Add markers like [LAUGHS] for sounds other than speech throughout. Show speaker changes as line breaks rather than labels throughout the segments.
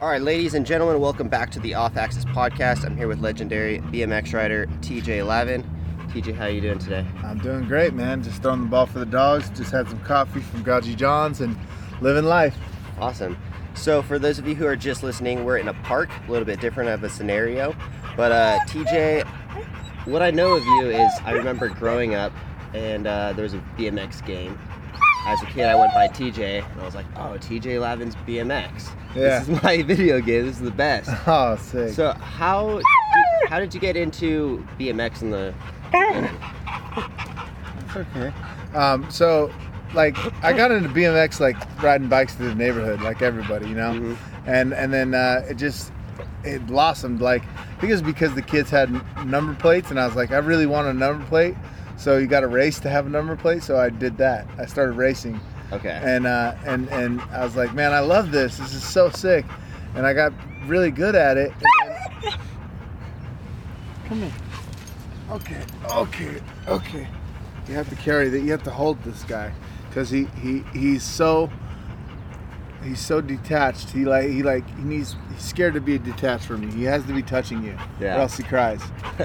All right, ladies and gentlemen, welcome back to the Off Axis Podcast. I'm here with legendary BMX rider TJ Lavin. TJ, how you doing today?
I'm doing great, man. Just throwing the ball for the dogs. Just had some coffee from Gaji John's and living life.
Awesome. So, for those of you who are just listening, we're in a park, a little bit different of a scenario. But uh, TJ, what I know of you is I remember growing up, and uh, there was a BMX game. As a kid, I went by TJ, and I was like, "Oh, TJ Lavin's BMX.
Yeah.
This is my [LAUGHS] video game. This is the best."
Oh, sick.
So, how how did you get into BMX in the beginning?
It's okay. Um, so, like, I got into BMX like riding bikes through the neighborhood, like everybody, you know.
Mhm.
And and then uh, it just it blossomed. Like, I think it was because the kids had n- number plates, and I was like, I really want a number plate. So you got to race to have a number plate. So I did that. I started racing,
Okay.
and uh, and and I was like, man, I love this. This is so sick. And I got really good at it. And then- Come here. Okay, okay, okay. You have to carry that. You have to hold this guy because he, he he's so he's so detached. He like he like he needs he's scared to be detached from you. He has to be touching you.
Yeah.
Or else he cries. [LAUGHS]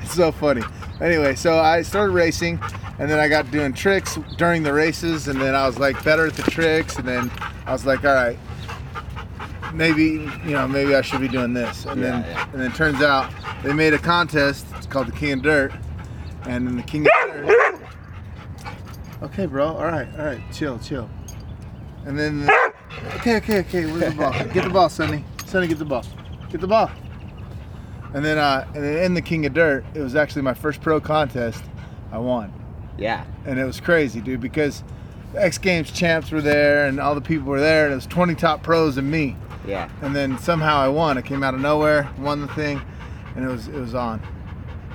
it's so funny. Anyway, so I started racing, and then I got doing tricks during the races, and then I was like better at the tricks, and then I was like, all right, maybe you know maybe I should be doing this, and then
Yeah, yeah.
and then it turns out they made a contest. It's called the King of Dirt, and then the King of Dirt. [LAUGHS] Okay, bro. All right, all right. Chill, chill. And then, okay, okay, okay. Where's the ball? Get the ball, Sonny. Sonny, get the ball. Get the ball. And then, uh, and then in the King of Dirt, it was actually my first pro contest. I won,
Yeah.
and it was crazy, dude, because the X Games champs were there, and all the people were there, and it was 20 top pros and me.
Yeah.
And then somehow I won. I came out of nowhere, won the thing, and it was it was on.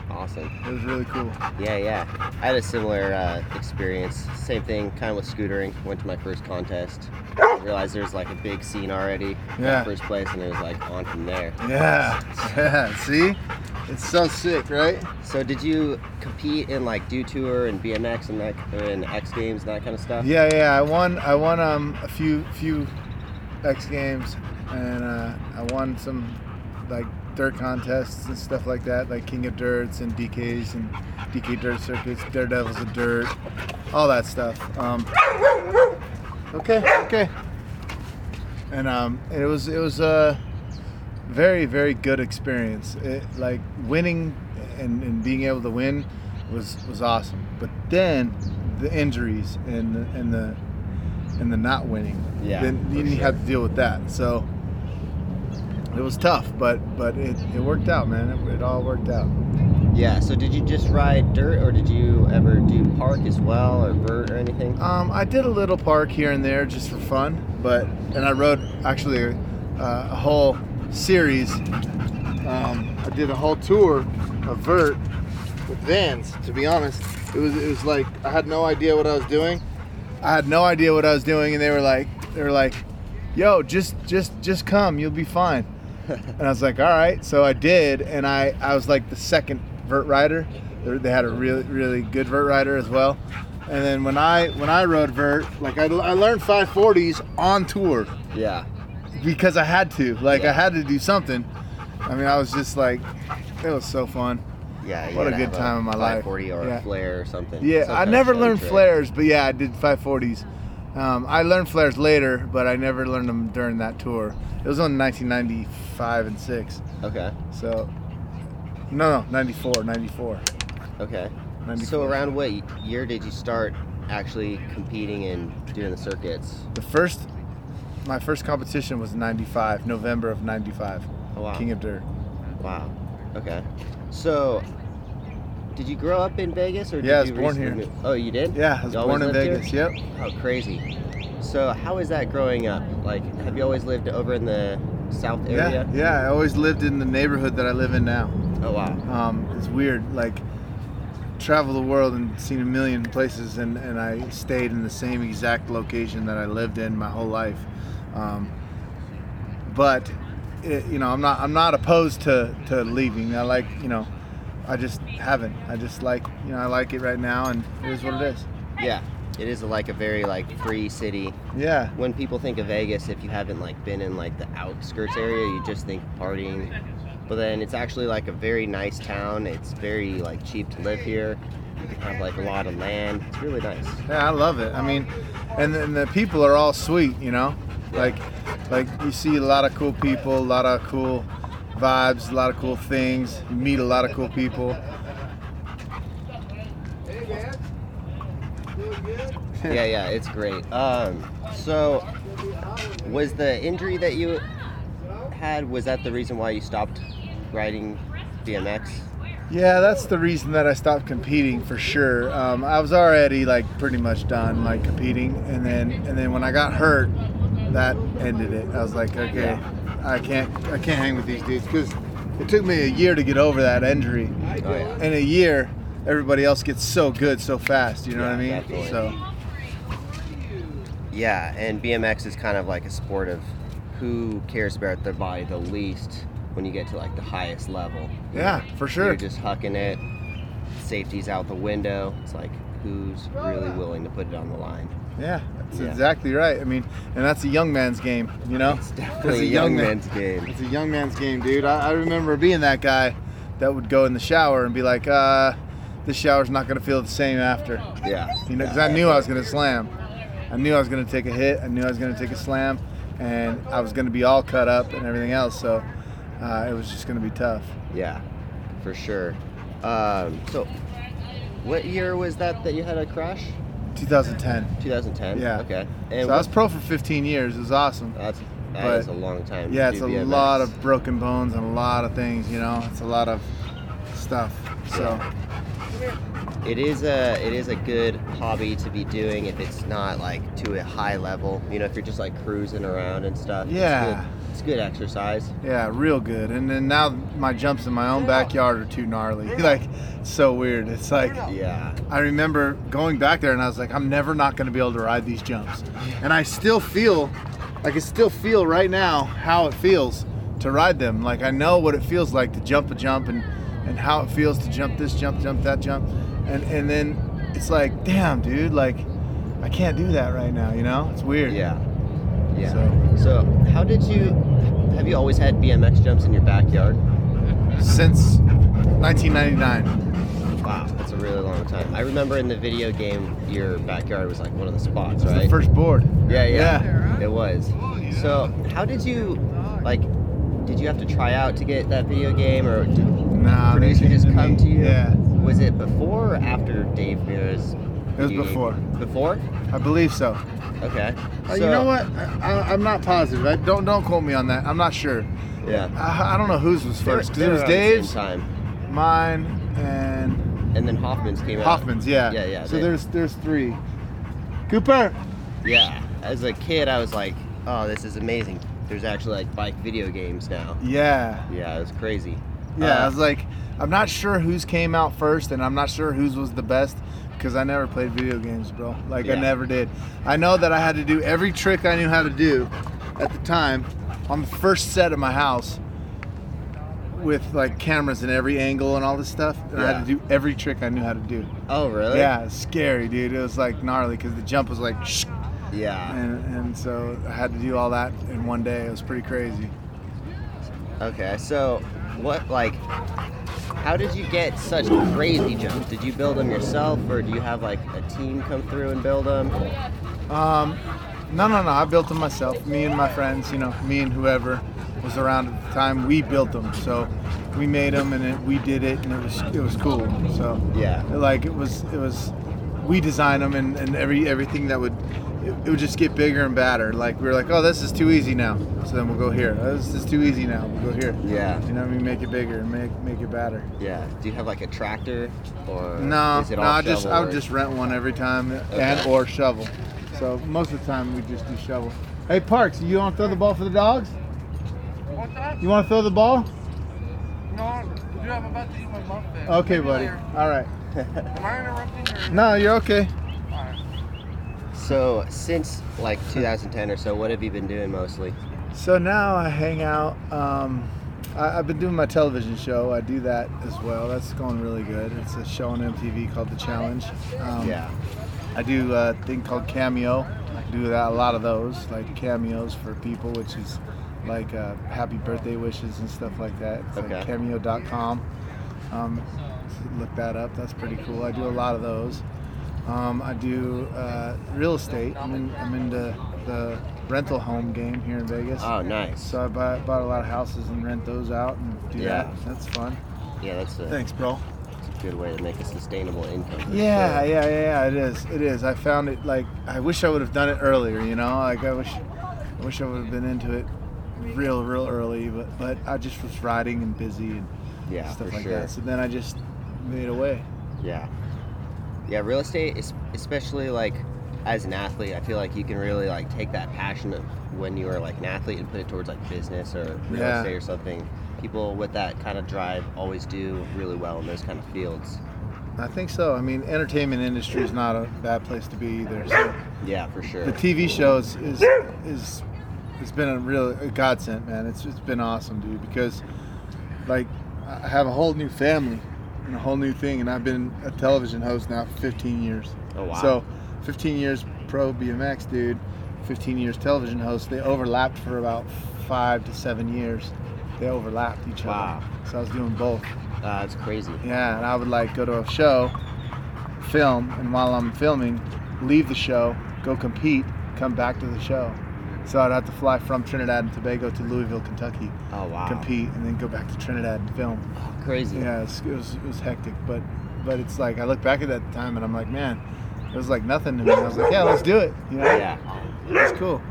Awesome.
It was really cool.
Yeah, yeah. I had a similar uh, experience. Same thing, kind of with scootering. Went to my first contest. I realized there was like a big scene already. got
Yeah.
First place, and it was like on from there.
Yeah. [LAUGHS] Yeah. See, it's so sick, right?
So, did you compete in like do tour and BMX and that, or in X Games and that kind of stuff?
Yeah, yeah. I won. I won um a few few X Games, and uh, I won some like dirt contests and stuff like that, like King of Dirts and DKs and DK Dirt circuits, Daredevils of Dirt, all that stuff. Um, okay, okay. And um, it was it was a very very good experience. It, like winning and, and being able to win was was awesome. But then the injuries and the, and the and the not winning.
Yeah,
Then
for
you
sure.
had to deal with that. So it was tough, but but it, it worked out, man. It, it all worked out.
Yeah. So, did you just ride dirt, or did you ever do park as well, or vert, or anything?
Um, I did a little park here and there just for fun, but and I rode actually uh, a whole series. Um, I did a whole tour of vert with vans. To be honest, it was it was like I had no idea what I was doing. I had no idea what I was doing, and they were like they were like, "Yo, just just just come, you'll be fine." and I was like, "All right." So I did, and I I was like the second vert rider. They- They had a really really good vert rider as well. And then when I when I rode vert, like I, I learned 540s on tour
Yeah.
because I had to. Like
Yeah.
I had to do something. I mean, I was just like, it was so fun.
Yeah. you
What a
gotta
good
have
time in my life.
540 or
Yeah.
a flare or something.
Yeah,
Some
I
kind of
never
show
learned
trick.
flares, but yeah, I did 540s. Um, I learned flares later, but I never learned them during that tour. It was on 1995 and six,
Okay.
so no, no, 94, 94,
Okay.
94.
So around what year did you start actually competing and doing the circuits?
the first, my first competition was 95, November of 95,
Oh wow.
King of Dirt.
wow. Okay. So did you grow up in Vegas or did
Yeah, I was
you
born here.
recently move- Oh, you did?
Yeah, I was
You always
born in
lived here?
Vegas. Yep.
Oh, crazy. So how is that growing up? Like have you always lived over in the south
Yeah,
area?
yeah. I always lived in the neighborhood that I live in now.
Oh wow.
Um, it's weird, like travel the world and seen a million places, and, and I stayed in the same exact location that I lived in my whole life. Um, but it, you know, I'm not I'm not opposed to to leaving. I like you know, I just haven't. I just like you know I like it right now, and it is what it is.
Yeah. It is like a very like free city.
Yeah.
When people think of Vegas, if you haven't like been in like the outskirts area, you just think partying. But then it's actually like a very nice town. It's very like cheap to live here. You can have like a lot of land. It's really nice.
Yeah, I love it. I mean, and and the people are all sweet, you know, like like you see a lot of cool people, a lot of cool vibes, a lot of cool things. You meet a lot of cool people.
Yeah, yeah, it's great. Um, so was the injury that you had was that the reason why you stopped riding BMX?
Yeah, that's the reason that I stopped competing for sure. Um, I was already like pretty much done like competing, and then and then when I got hurt, that ended it. I was like, okay, I can't I can't hang with these dudes because it took me a year to get over that injury.
Oh, yeah.
In a year, everybody else gets so good so fast. You know what I mean?
Yeah, definitely.
So
Yeah, and BMX is kind of like a sport of who cares about their body the least when you get to like the highest level.
yeah, for sure.
You're just hucking it. Safety's out the window. It's like who's really willing to put it on the line?
Yeah, that's
Yeah.
exactly right. I mean, and that's a young man's game. You know,
It's
As
definitely
a
a
young
young
man-
man's game.
It's a young man's game, dude. I, I remember being that guy that would go in the shower and be like, uh, this shower's not going to feel the same after.
Yeah.
You know, because I knew I was going to slam. I knew I was going to take a hit. I knew I was going to take a slam. And I was going to be all cut up and everything else. So uh, it was just going to be tough.
Yeah, for sure. Um, so, what year was that that you had a crash?
2010.
2010.
Yeah.
Okay.
So
And
I was pro for 15 years. It was awesome.
that's that
but-
is a long time. to
Yeah, it's
do
a
BMX.
lot of broken bones and a lot of things, you know? It's a lot of stuff. So,
It is a it is a good hobby to be doing if it's not like to a high level. You know, if you're just like cruising around and stuff. it's
Yeah.
good- It's good, exercise.
Yeah, real good. And then now my jumps in my own backyard are too gnarly. [LAUGHS] Like, it's so weird. It's like
Yeah.
I remember going back there and I was like, I'm never not going to be able to ride these jumps. And I still feel, I can still feel right now how it feels to ride them. Like I know what it feels like to jump a jump and and how it feels to jump this jump, jump that jump, and and then it's like, damn, dude, like I can't do that right now. You know, it's weird.
Yeah. Yeah. So, how did you? Have you always had BMX jumps in your backyard?
Since 1999.
Wow, that's a really long time. I remember in the video game, your backyard was like one of the spots,
It's
right?
the first board.
yeah,
yeah.
yeah, it was. So, how did you, like, did you have to try out to get that video game, or did the
Nah, they
producer
came
just
to
come
me.
to you?
Yeah,
Was it before or after Dave Mirra's?
It was before.
Before?
I believe so.
Okay.
Uh, you
So-
know what? I, I, I'm not positive. I, don't don't quote me on that. I'm not sure.
Yeah.
I, I don't know whose was first because
They
it
were
was
around the same
Dave's,
time,
mine, and
and then Hoffman's came out.
Hoffman's. Yeah.
Yeah, yeah,
So
they-
there's there's three. Cooper.
Yeah. As a kid, I was like, oh, this is amazing. There's actually like bike video games now.
Yeah.
Yeah, it was crazy.
Yeah. I
Uh,
was like, I'm not sure whose came out first, and I'm not sure whose was the best because I never played video games, bro. Like I
Yeah.
never did. I know that I had to do every trick I knew how to do at the time on the first set of my house with like cameras in every angle and all this stuff. And I had to
Yeah.
do every trick I knew how to do.
Oh, really?
Yeah, it's scary, dude. It was like gnarly because the jump was like, [SNIFFS] shh,
Yeah.
and, and so I had to do all that in one day. It was pretty crazy.
Okay. So, what like? How did you get such crazy jumps? Did you build them yourself, or do you have like a team come through and build them?
Um, no, no, no. I built them myself. Me and my friends, you know, me and whoever was around at the time, we built them. So we made them and it, we did it, and it was it was cool. So
Yeah.
like it was it was we designed them and, and every everything that would it, it would just get bigger and badder. Like we were like, oh, this is too easy now. So then we'll go here. Oh, this is too easy now. We'll go here.
Yeah.
You know, what I mean, make it bigger and make make it badder.
Yeah. Do you have like a tractor, or
No,
Is it
no,
all
I just
shovel
I would
work?
just rent one every time and
Okay.
or shovel. So most of the time we just do shovel. Hey Parks, you want to throw the ball for the dogs?
What's up?
You want to throw the ball?
No, dude, I'm about to eat my muffin.
Okay,
Maybe
buddy.
later.
All right.
Am I interrupting or?
No, you're okay.
Alright.
So since like 2010 or so, what have you been doing mostly?
So now I hang out. Um, I, I've been doing my television show. I do that as well. That's going really good. It's a show on MTV called The Challenge. Um,
yeah.
I do a thing called Cameo. I do that, a lot of those, like cameos for people, which is like uh, happy birthday wishes and stuff like that. It's
Okay.
like cameo.com. Um, look that up. That's pretty cool. I do a lot of those. Um, I do uh, real estate. I'm, in, I'm into the rental home game here in Vegas.
Oh, nice.
So I buy, bought a lot of houses and rent those out and do
Yeah.
that. That's fun.
Yeah, that's a,
Thanks, bro.
that's a good way to make a sustainable income. for
Yeah,
sure.
yeah, yeah, yeah. It is. It is. I found it like I wish I would have done it earlier. You know, like I wish, I wish I would have been into it real, real early. But but I just was riding and busy and
yeah,
stuff
for
like
sure.
that. So then I just made a way.
Yeah. Yeah, real estate is especially like as an athlete, I feel like you can really like take that passion of when you are like an athlete and put it towards like business or real
Yeah.
estate or something. People with that kind of drive always do really well in those kind of fields.
I think so. I mean, entertainment industry is not a bad place to be either. So
Yeah, for sure.
the TV shows is is it's been a real a godsend, man. It's it's been awesome, dude. Because like I have a whole new family and a whole new thing, and I've been a television host now for 15 years.
Oh, wow.
So 15 years pro BMX, dude. 15 years television host. They overlapped for about five to seven years. They overlapped each
Wow.
other. So I was doing both.
Uh, it's crazy.
Yeah, and I would like go to a show, film, and while I'm filming, leave the show, go compete, come back to the show. So I'd have to fly from Trinidad and Tobago to Louisville, Kentucky,
Oh wow.
compete, and then go back to Trinidad and film.
Crazy.
Yeah, it's, it was it was hectic, but but it's like I look back at that time and I'm like, man, it was like nothing to me. I was like, yeah, let's do it. You know,
Yeah.
it's cool.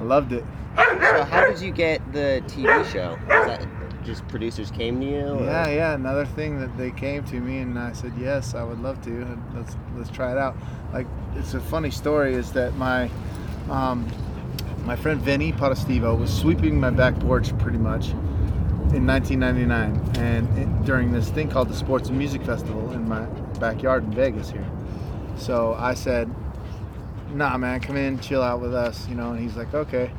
I loved it.
So how did you get the TV show? Was that just producers came to you? or-
Yeah, yeah. Another thing that they came to me and I said yes, I would love to. and Let's let's try it out. Like it's a funny story is that my um, my friend Vinny Potestivo was sweeping my back porch pretty much in 1999, and it, during this thing called the Sports and Music Festival in my backyard in Vegas here. So I said, Nah, man, come in, chill out with us, you know. And he's like, Okay.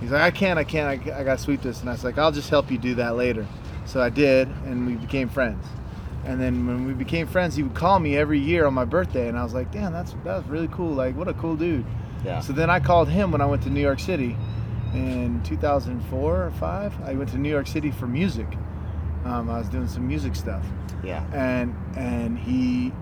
He's like, I can't, I can't, I, I gotta sweep this. And I was like, I'll just help you do that later. So I did, and we became friends. And then when we became friends, he would call me every year on my birthday, and I was like, damn, that's that was really cool. Like, what a cool dude.
Yeah.
So then I called him when I went to New York City in 2004 or five. I went to New York City for music. Um, I was doing some music stuff,
Yeah.
and and he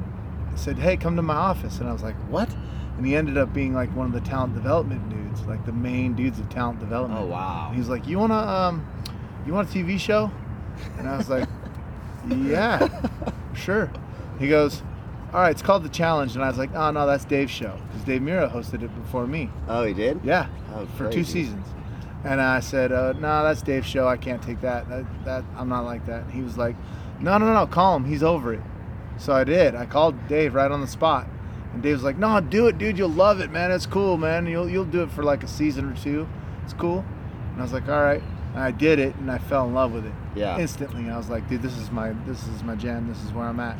said, hey, come to my office, and I was like, what? And he ended up being like one of the talent development dudes, like the main dudes of talent development.
Oh wow.
And He's like, "You wanna, um, you want a TV show?" And I
[LAUGHS]
was like, "Yeah, sure." He goes, "All right, it's called The Challenge," and I was like, "Oh no, that's Dave's show because Dave Mira hosted it before me."
Oh, he did.
Yeah, uh,
Oh,
for
crazy.
two seasons. And I said, uh, "No, that's Dave's show. I can't take that. that. That I'm not like that." And he was like, "No, no, no, call him. He's over it." So I did. I called Dave right on the spot, and Dave was like, "No, do it, dude. You'll love it, man. It's cool, man. You'll you'll do it for like a season or two. It's cool." And I was like, "All right." And I did it, and I fell in love with it
Yeah.
instantly. I was like, dude, this is my this is my jam. This is where I'm at.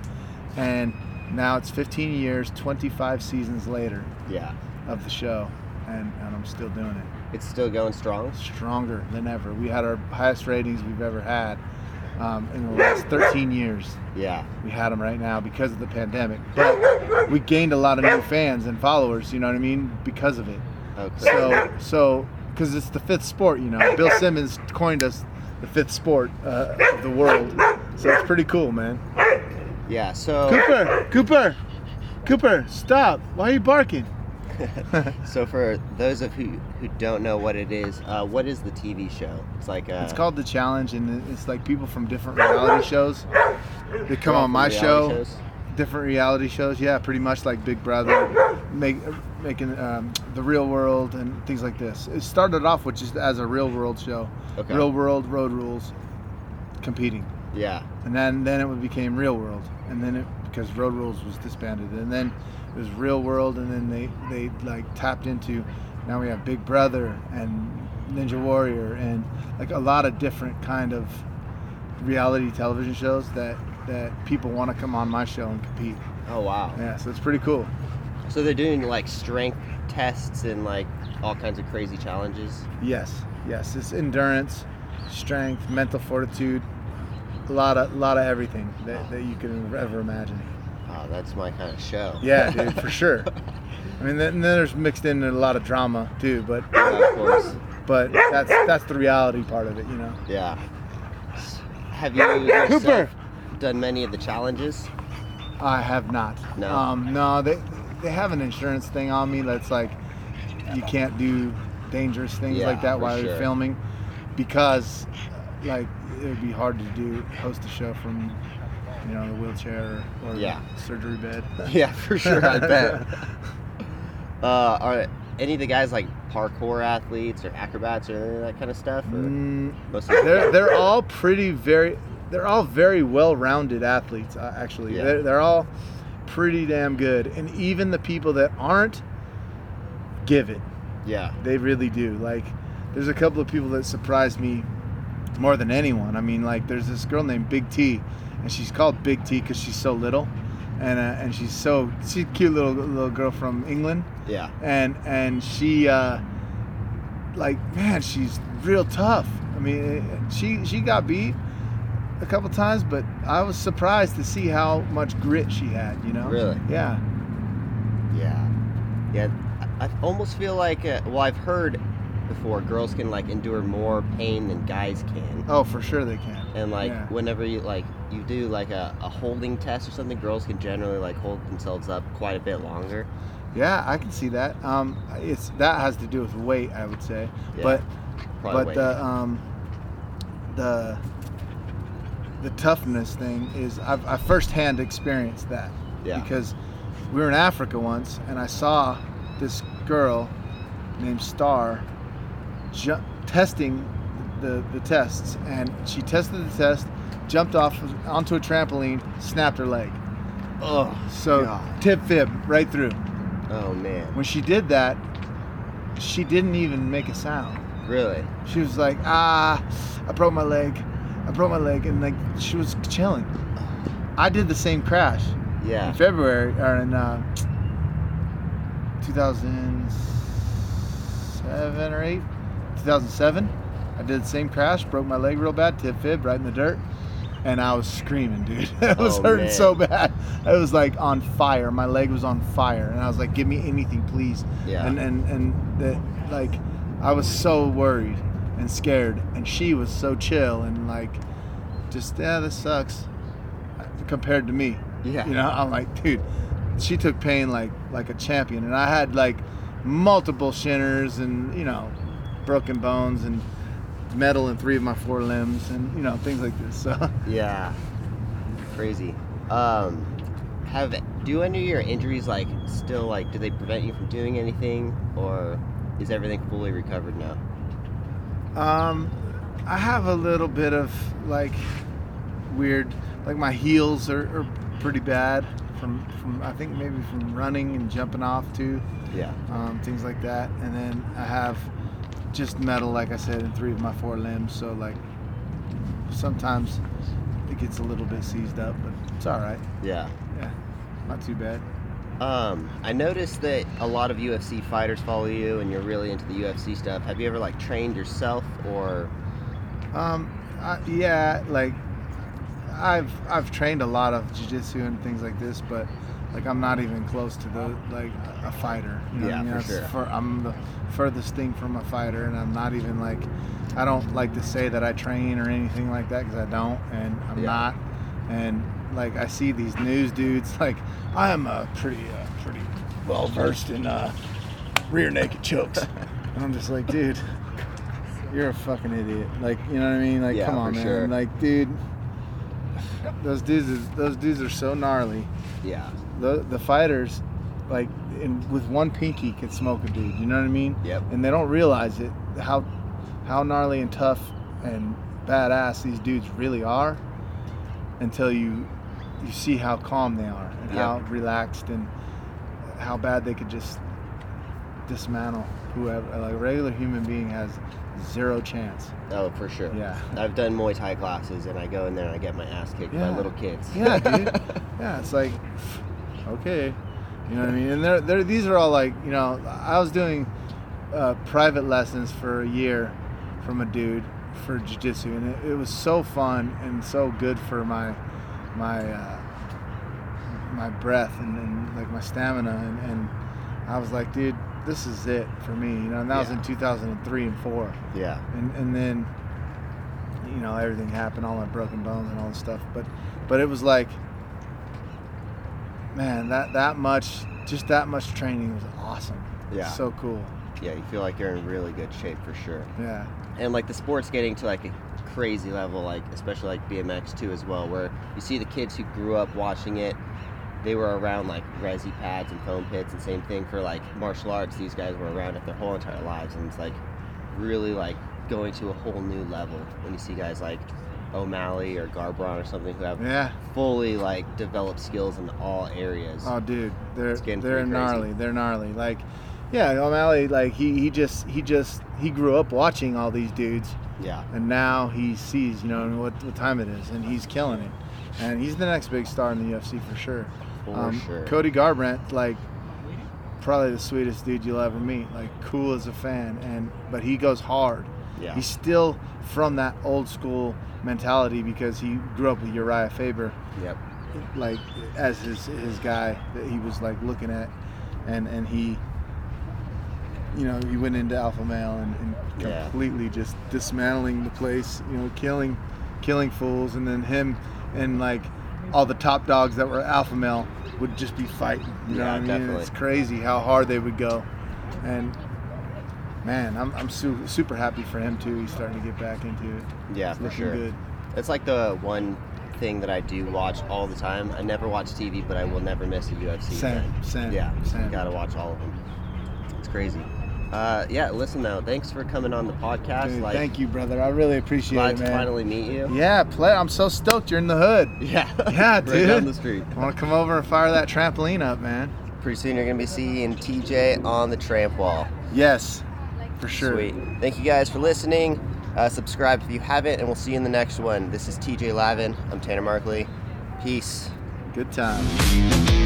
And now it's 15 years, 25 seasons later
Yeah.
of the show, and, and I'm still doing it
It's still going strong.
stronger than ever. We had our highest ratings we've ever had um, in the last 13 years.
Yeah.
We had them right now because of the pandemic, but we gained a lot of new fans and followers. You know what I mean? Because of it.
Oh, crazy.
So so because it's the fifth sport. You know, Bill Simmons coined us the fifth sport uh, of the world. So it's pretty cool, man.
yeah. So.
Cooper, Cooper, Cooper, stop! Why are you barking?
So for those of who who don't know what it is, uh, what is the TV show? It's like a,
It's called The Challenge, and it's like people from different reality shows. They come on my
reality
show,
shows?
different reality shows. Yeah, pretty much like Big Brother, make, making um, the Real World, and things like this. It started off with just as a Real World show,
Okay.
Real World Road Rules, competing,
Yeah.
and then then it became Real World, and then it because Road Rules was disbanded, and then it was Real World, and then they they like tapped into. Now we have Big Brother and Ninja Warrior and like a lot of different kind of reality television shows that that people want to come on my show and compete.
Oh wow.
Yeah, so it's pretty cool.
So they're doing like strength tests and like all kinds of crazy challenges.
Yes, yes, it's endurance, strength, mental fortitude, a lot of lot of everything that, that you can ever imagine.
Oh wow, that's my kind of show.
Yeah, dude, for sure. I mean, then, then there's mixed in a lot of drama too, but
of course.
but that's that's the reality part of it, you know.
Yeah. Have you yourself
Cooper.
done many of the challenges? [LAUGHS]
I have not.
No.
Um, no, they they have an insurance thing on me that's like you can't do dangerous things
Yeah,
like that
for
while
sure.
you're filming because like it would be hard to do host a show from you know the wheelchair or, or
Yeah.
surgery bed.
Yeah, for [LAUGHS] sure. I bet. Uh, are any of the guys like parkour athletes or acrobats or any of that kind of stuff? Or
[LAUGHS] Mm,
most of
they're they're all pretty very they're all very well-rounded athletes uh, actually
Yeah.
they're, they're all pretty damn good and even the people that aren't give it
yeah,
they really do like there's a couple of people that surprised me more than anyone i mean like there's this girl named big t and she's called big t because she's so little and uh, and she's so she's a cute little little girl from england
yeah,
and and she uh, like man she's real tough i mean eh, she she got beat a couple times but i was surprised to see how much grit she had you know
Really?
yeah
yeah, yeah. I, I almost feel like uh, well, I've heard before girls can like endure more pain than guys can,
oh for sure they can
and like
Yeah.
whenever you like you do like a, a holding test or something, girls can generally like hold themselves up quite a bit longer.
yeah i can see that um it's that has to do with weight i would say
Yeah,
but
probably
but
weight.
the um, the the toughness thing is I've, I firsthand experienced that
Yeah.
because we were in Africa once and I saw this girl named Star ju- testing the the tests and she tested the test jumped off onto a trampoline snapped her leg uh,
oh,
so
God.
tip fib right through
oh man,
when she did that she didn't even make a sound
really?
she was like, ah, I broke my leg. I broke my leg. And like, she was chilling. I did the same crash in
Yeah,
February or in uh, 2007 or 8. 2007. I did the same crash, broke my leg real bad, tip fib right in the dirt. And I was screaming, [LAUGHS] dude. I was
Oh,
hurting
man.
so bad. I was like on fire. My leg was on fire. And I was like, give me anything, please
yeah,
and and and that like I was so worried and scared, and she was so chill and like just yeah, this sucks compared to me.
yeah,
You know, I'm like, dude, she took pain like like a champion, and I had like multiple shinners and you know broken bones and metal in three of my four limbs and you know things like this. So [LAUGHS]
Yeah. Crazy. Um have do any of your injuries like still like do they prevent you from doing anything or is everything fully recovered now?
Um, I have a little bit of like weird, like my heels are, are pretty bad from from I think maybe from running and jumping off too,
Yeah.
um, things like that. And then I have just metal, like I said, in three of my four limbs. So like sometimes it gets a little bit seized up, but it's all right.
Yeah.
Yeah, not too bad.
Um I noticed that a lot of UFC fighters follow you and you're really into the UFC stuff. Have you ever like trained yourself or
Um, I, yeah, like I've I've trained a lot of jujitsu and things like this, but like I'm not even close to the like a fighter. You know what
Yeah,
I mean?
for
That's
sure.
fur- I'm the furthest thing from a fighter, and I'm not even like I don't like to say that I train or anything like that because I don't, and I'm
Yeah.
not, and like I see these news dudes [LAUGHS] like I'm a pretty uh, pretty well versed in uh, rear naked chokes, [LAUGHS] and I'm just like dude. You're a fucking idiot. Like, you know what I mean? Like,
Yeah,
come on,
for
man.
sure.
Like, dude, those dudes, is, those dudes are so gnarly.
yeah.
The the fighters, like, in, with one pinky, can smoke a dude. You know what I mean?
Yep.
And they don't realize it how how gnarly and tough and badass these dudes really are until you you see how calm they are and
Yep.
how relaxed and how bad they could just dismantle whoever. Like, a regular human being has zero chance.
Oh, for sure.
Yeah.
I've done Muay Thai classes and I go in there and I get my ass kicked by
Yeah.
little kids. [LAUGHS]
Yeah, dude. yeah, it's like, okay, you know what I mean. And they're, they're these are all like, you know, I was doing uh, private lessons for a year from a dude for jujitsu, and it, it was so fun and so good for my my uh, my breath and, and like my stamina, and, and I was like, dude, this is it for me, you know. And that was
Yeah.
in 2003 and four,
Yeah.
and and then, you know, everything happened, all my broken bones and all this stuff. But but it was like, man, that that much, just that much training was awesome.
Yeah.
so cool.
Yeah. You feel like you're in really good shape for sure.
Yeah,
and like the sport's getting to like a crazy level like especially like bmx too as well where you see the kids who grew up watching it they were around like resi pads and foam pits and same thing for like martial arts these guys were around it their whole entire lives and it's like really like going to a whole new level when you see guys like o'malley or garbron or something who have
yeah.
fully like developed skills in all areas
Oh, dude, they're
It's getting
they're
pretty crazy.
gnarly. They're gnarly. Like, yeah, O'Malley. Like he he just he just he grew up watching all these dudes,
yeah
and now he sees you know what what time it is, and he's killing it. And he's the next big star in the UFC for sure.
for
Um,
sure
Cody Garbrandt, like probably the sweetest dude you'll ever meet. Like cool as a fan, and but he goes hard.
yeah
He's still from that old school mentality because he grew up with Uriah Faber
yep
like as his his guy that he was like looking at and and he you know he went into alpha male and, and
Yeah.
completely just dismantling the place you know killing killing fools and then him and like all the top dogs that were alpha male would just be fighting you know
Yeah,
what i mean
definitely.
it's crazy how hard they would go and man i'm, I'm super, super happy for him too he's starting to get back into it
yeah
it's
for
looking
sure
good
It's like the one thing that I do watch all the time. I never watch TV, but I will never miss a UFC
sam
event.
sam
Yeah,
sam
gotta watch all of them. It's crazy. Uh, yeah, listen though, thanks for coming on the podcast.
Dude,
like,
thank you, brother. I really appreciate
glad
it,
to
man.
finally meet you.
Yeah, play. I'm so stoked. You're in the
[LAUGHS]
hood.
Yeah,
Yeah,
right
dude.
down the street.
I want to come over and fire that trampoline up, man.
Pretty soon you're gonna be seeing TJ on the tramp wall.
Yes, for sure.
Sweet. Thank you guys for listening. Uh, subscribe if you haven't, and we'll see you in the next one. This is TJ Lavin. I'm Tanner Markley. Peace.
Good time.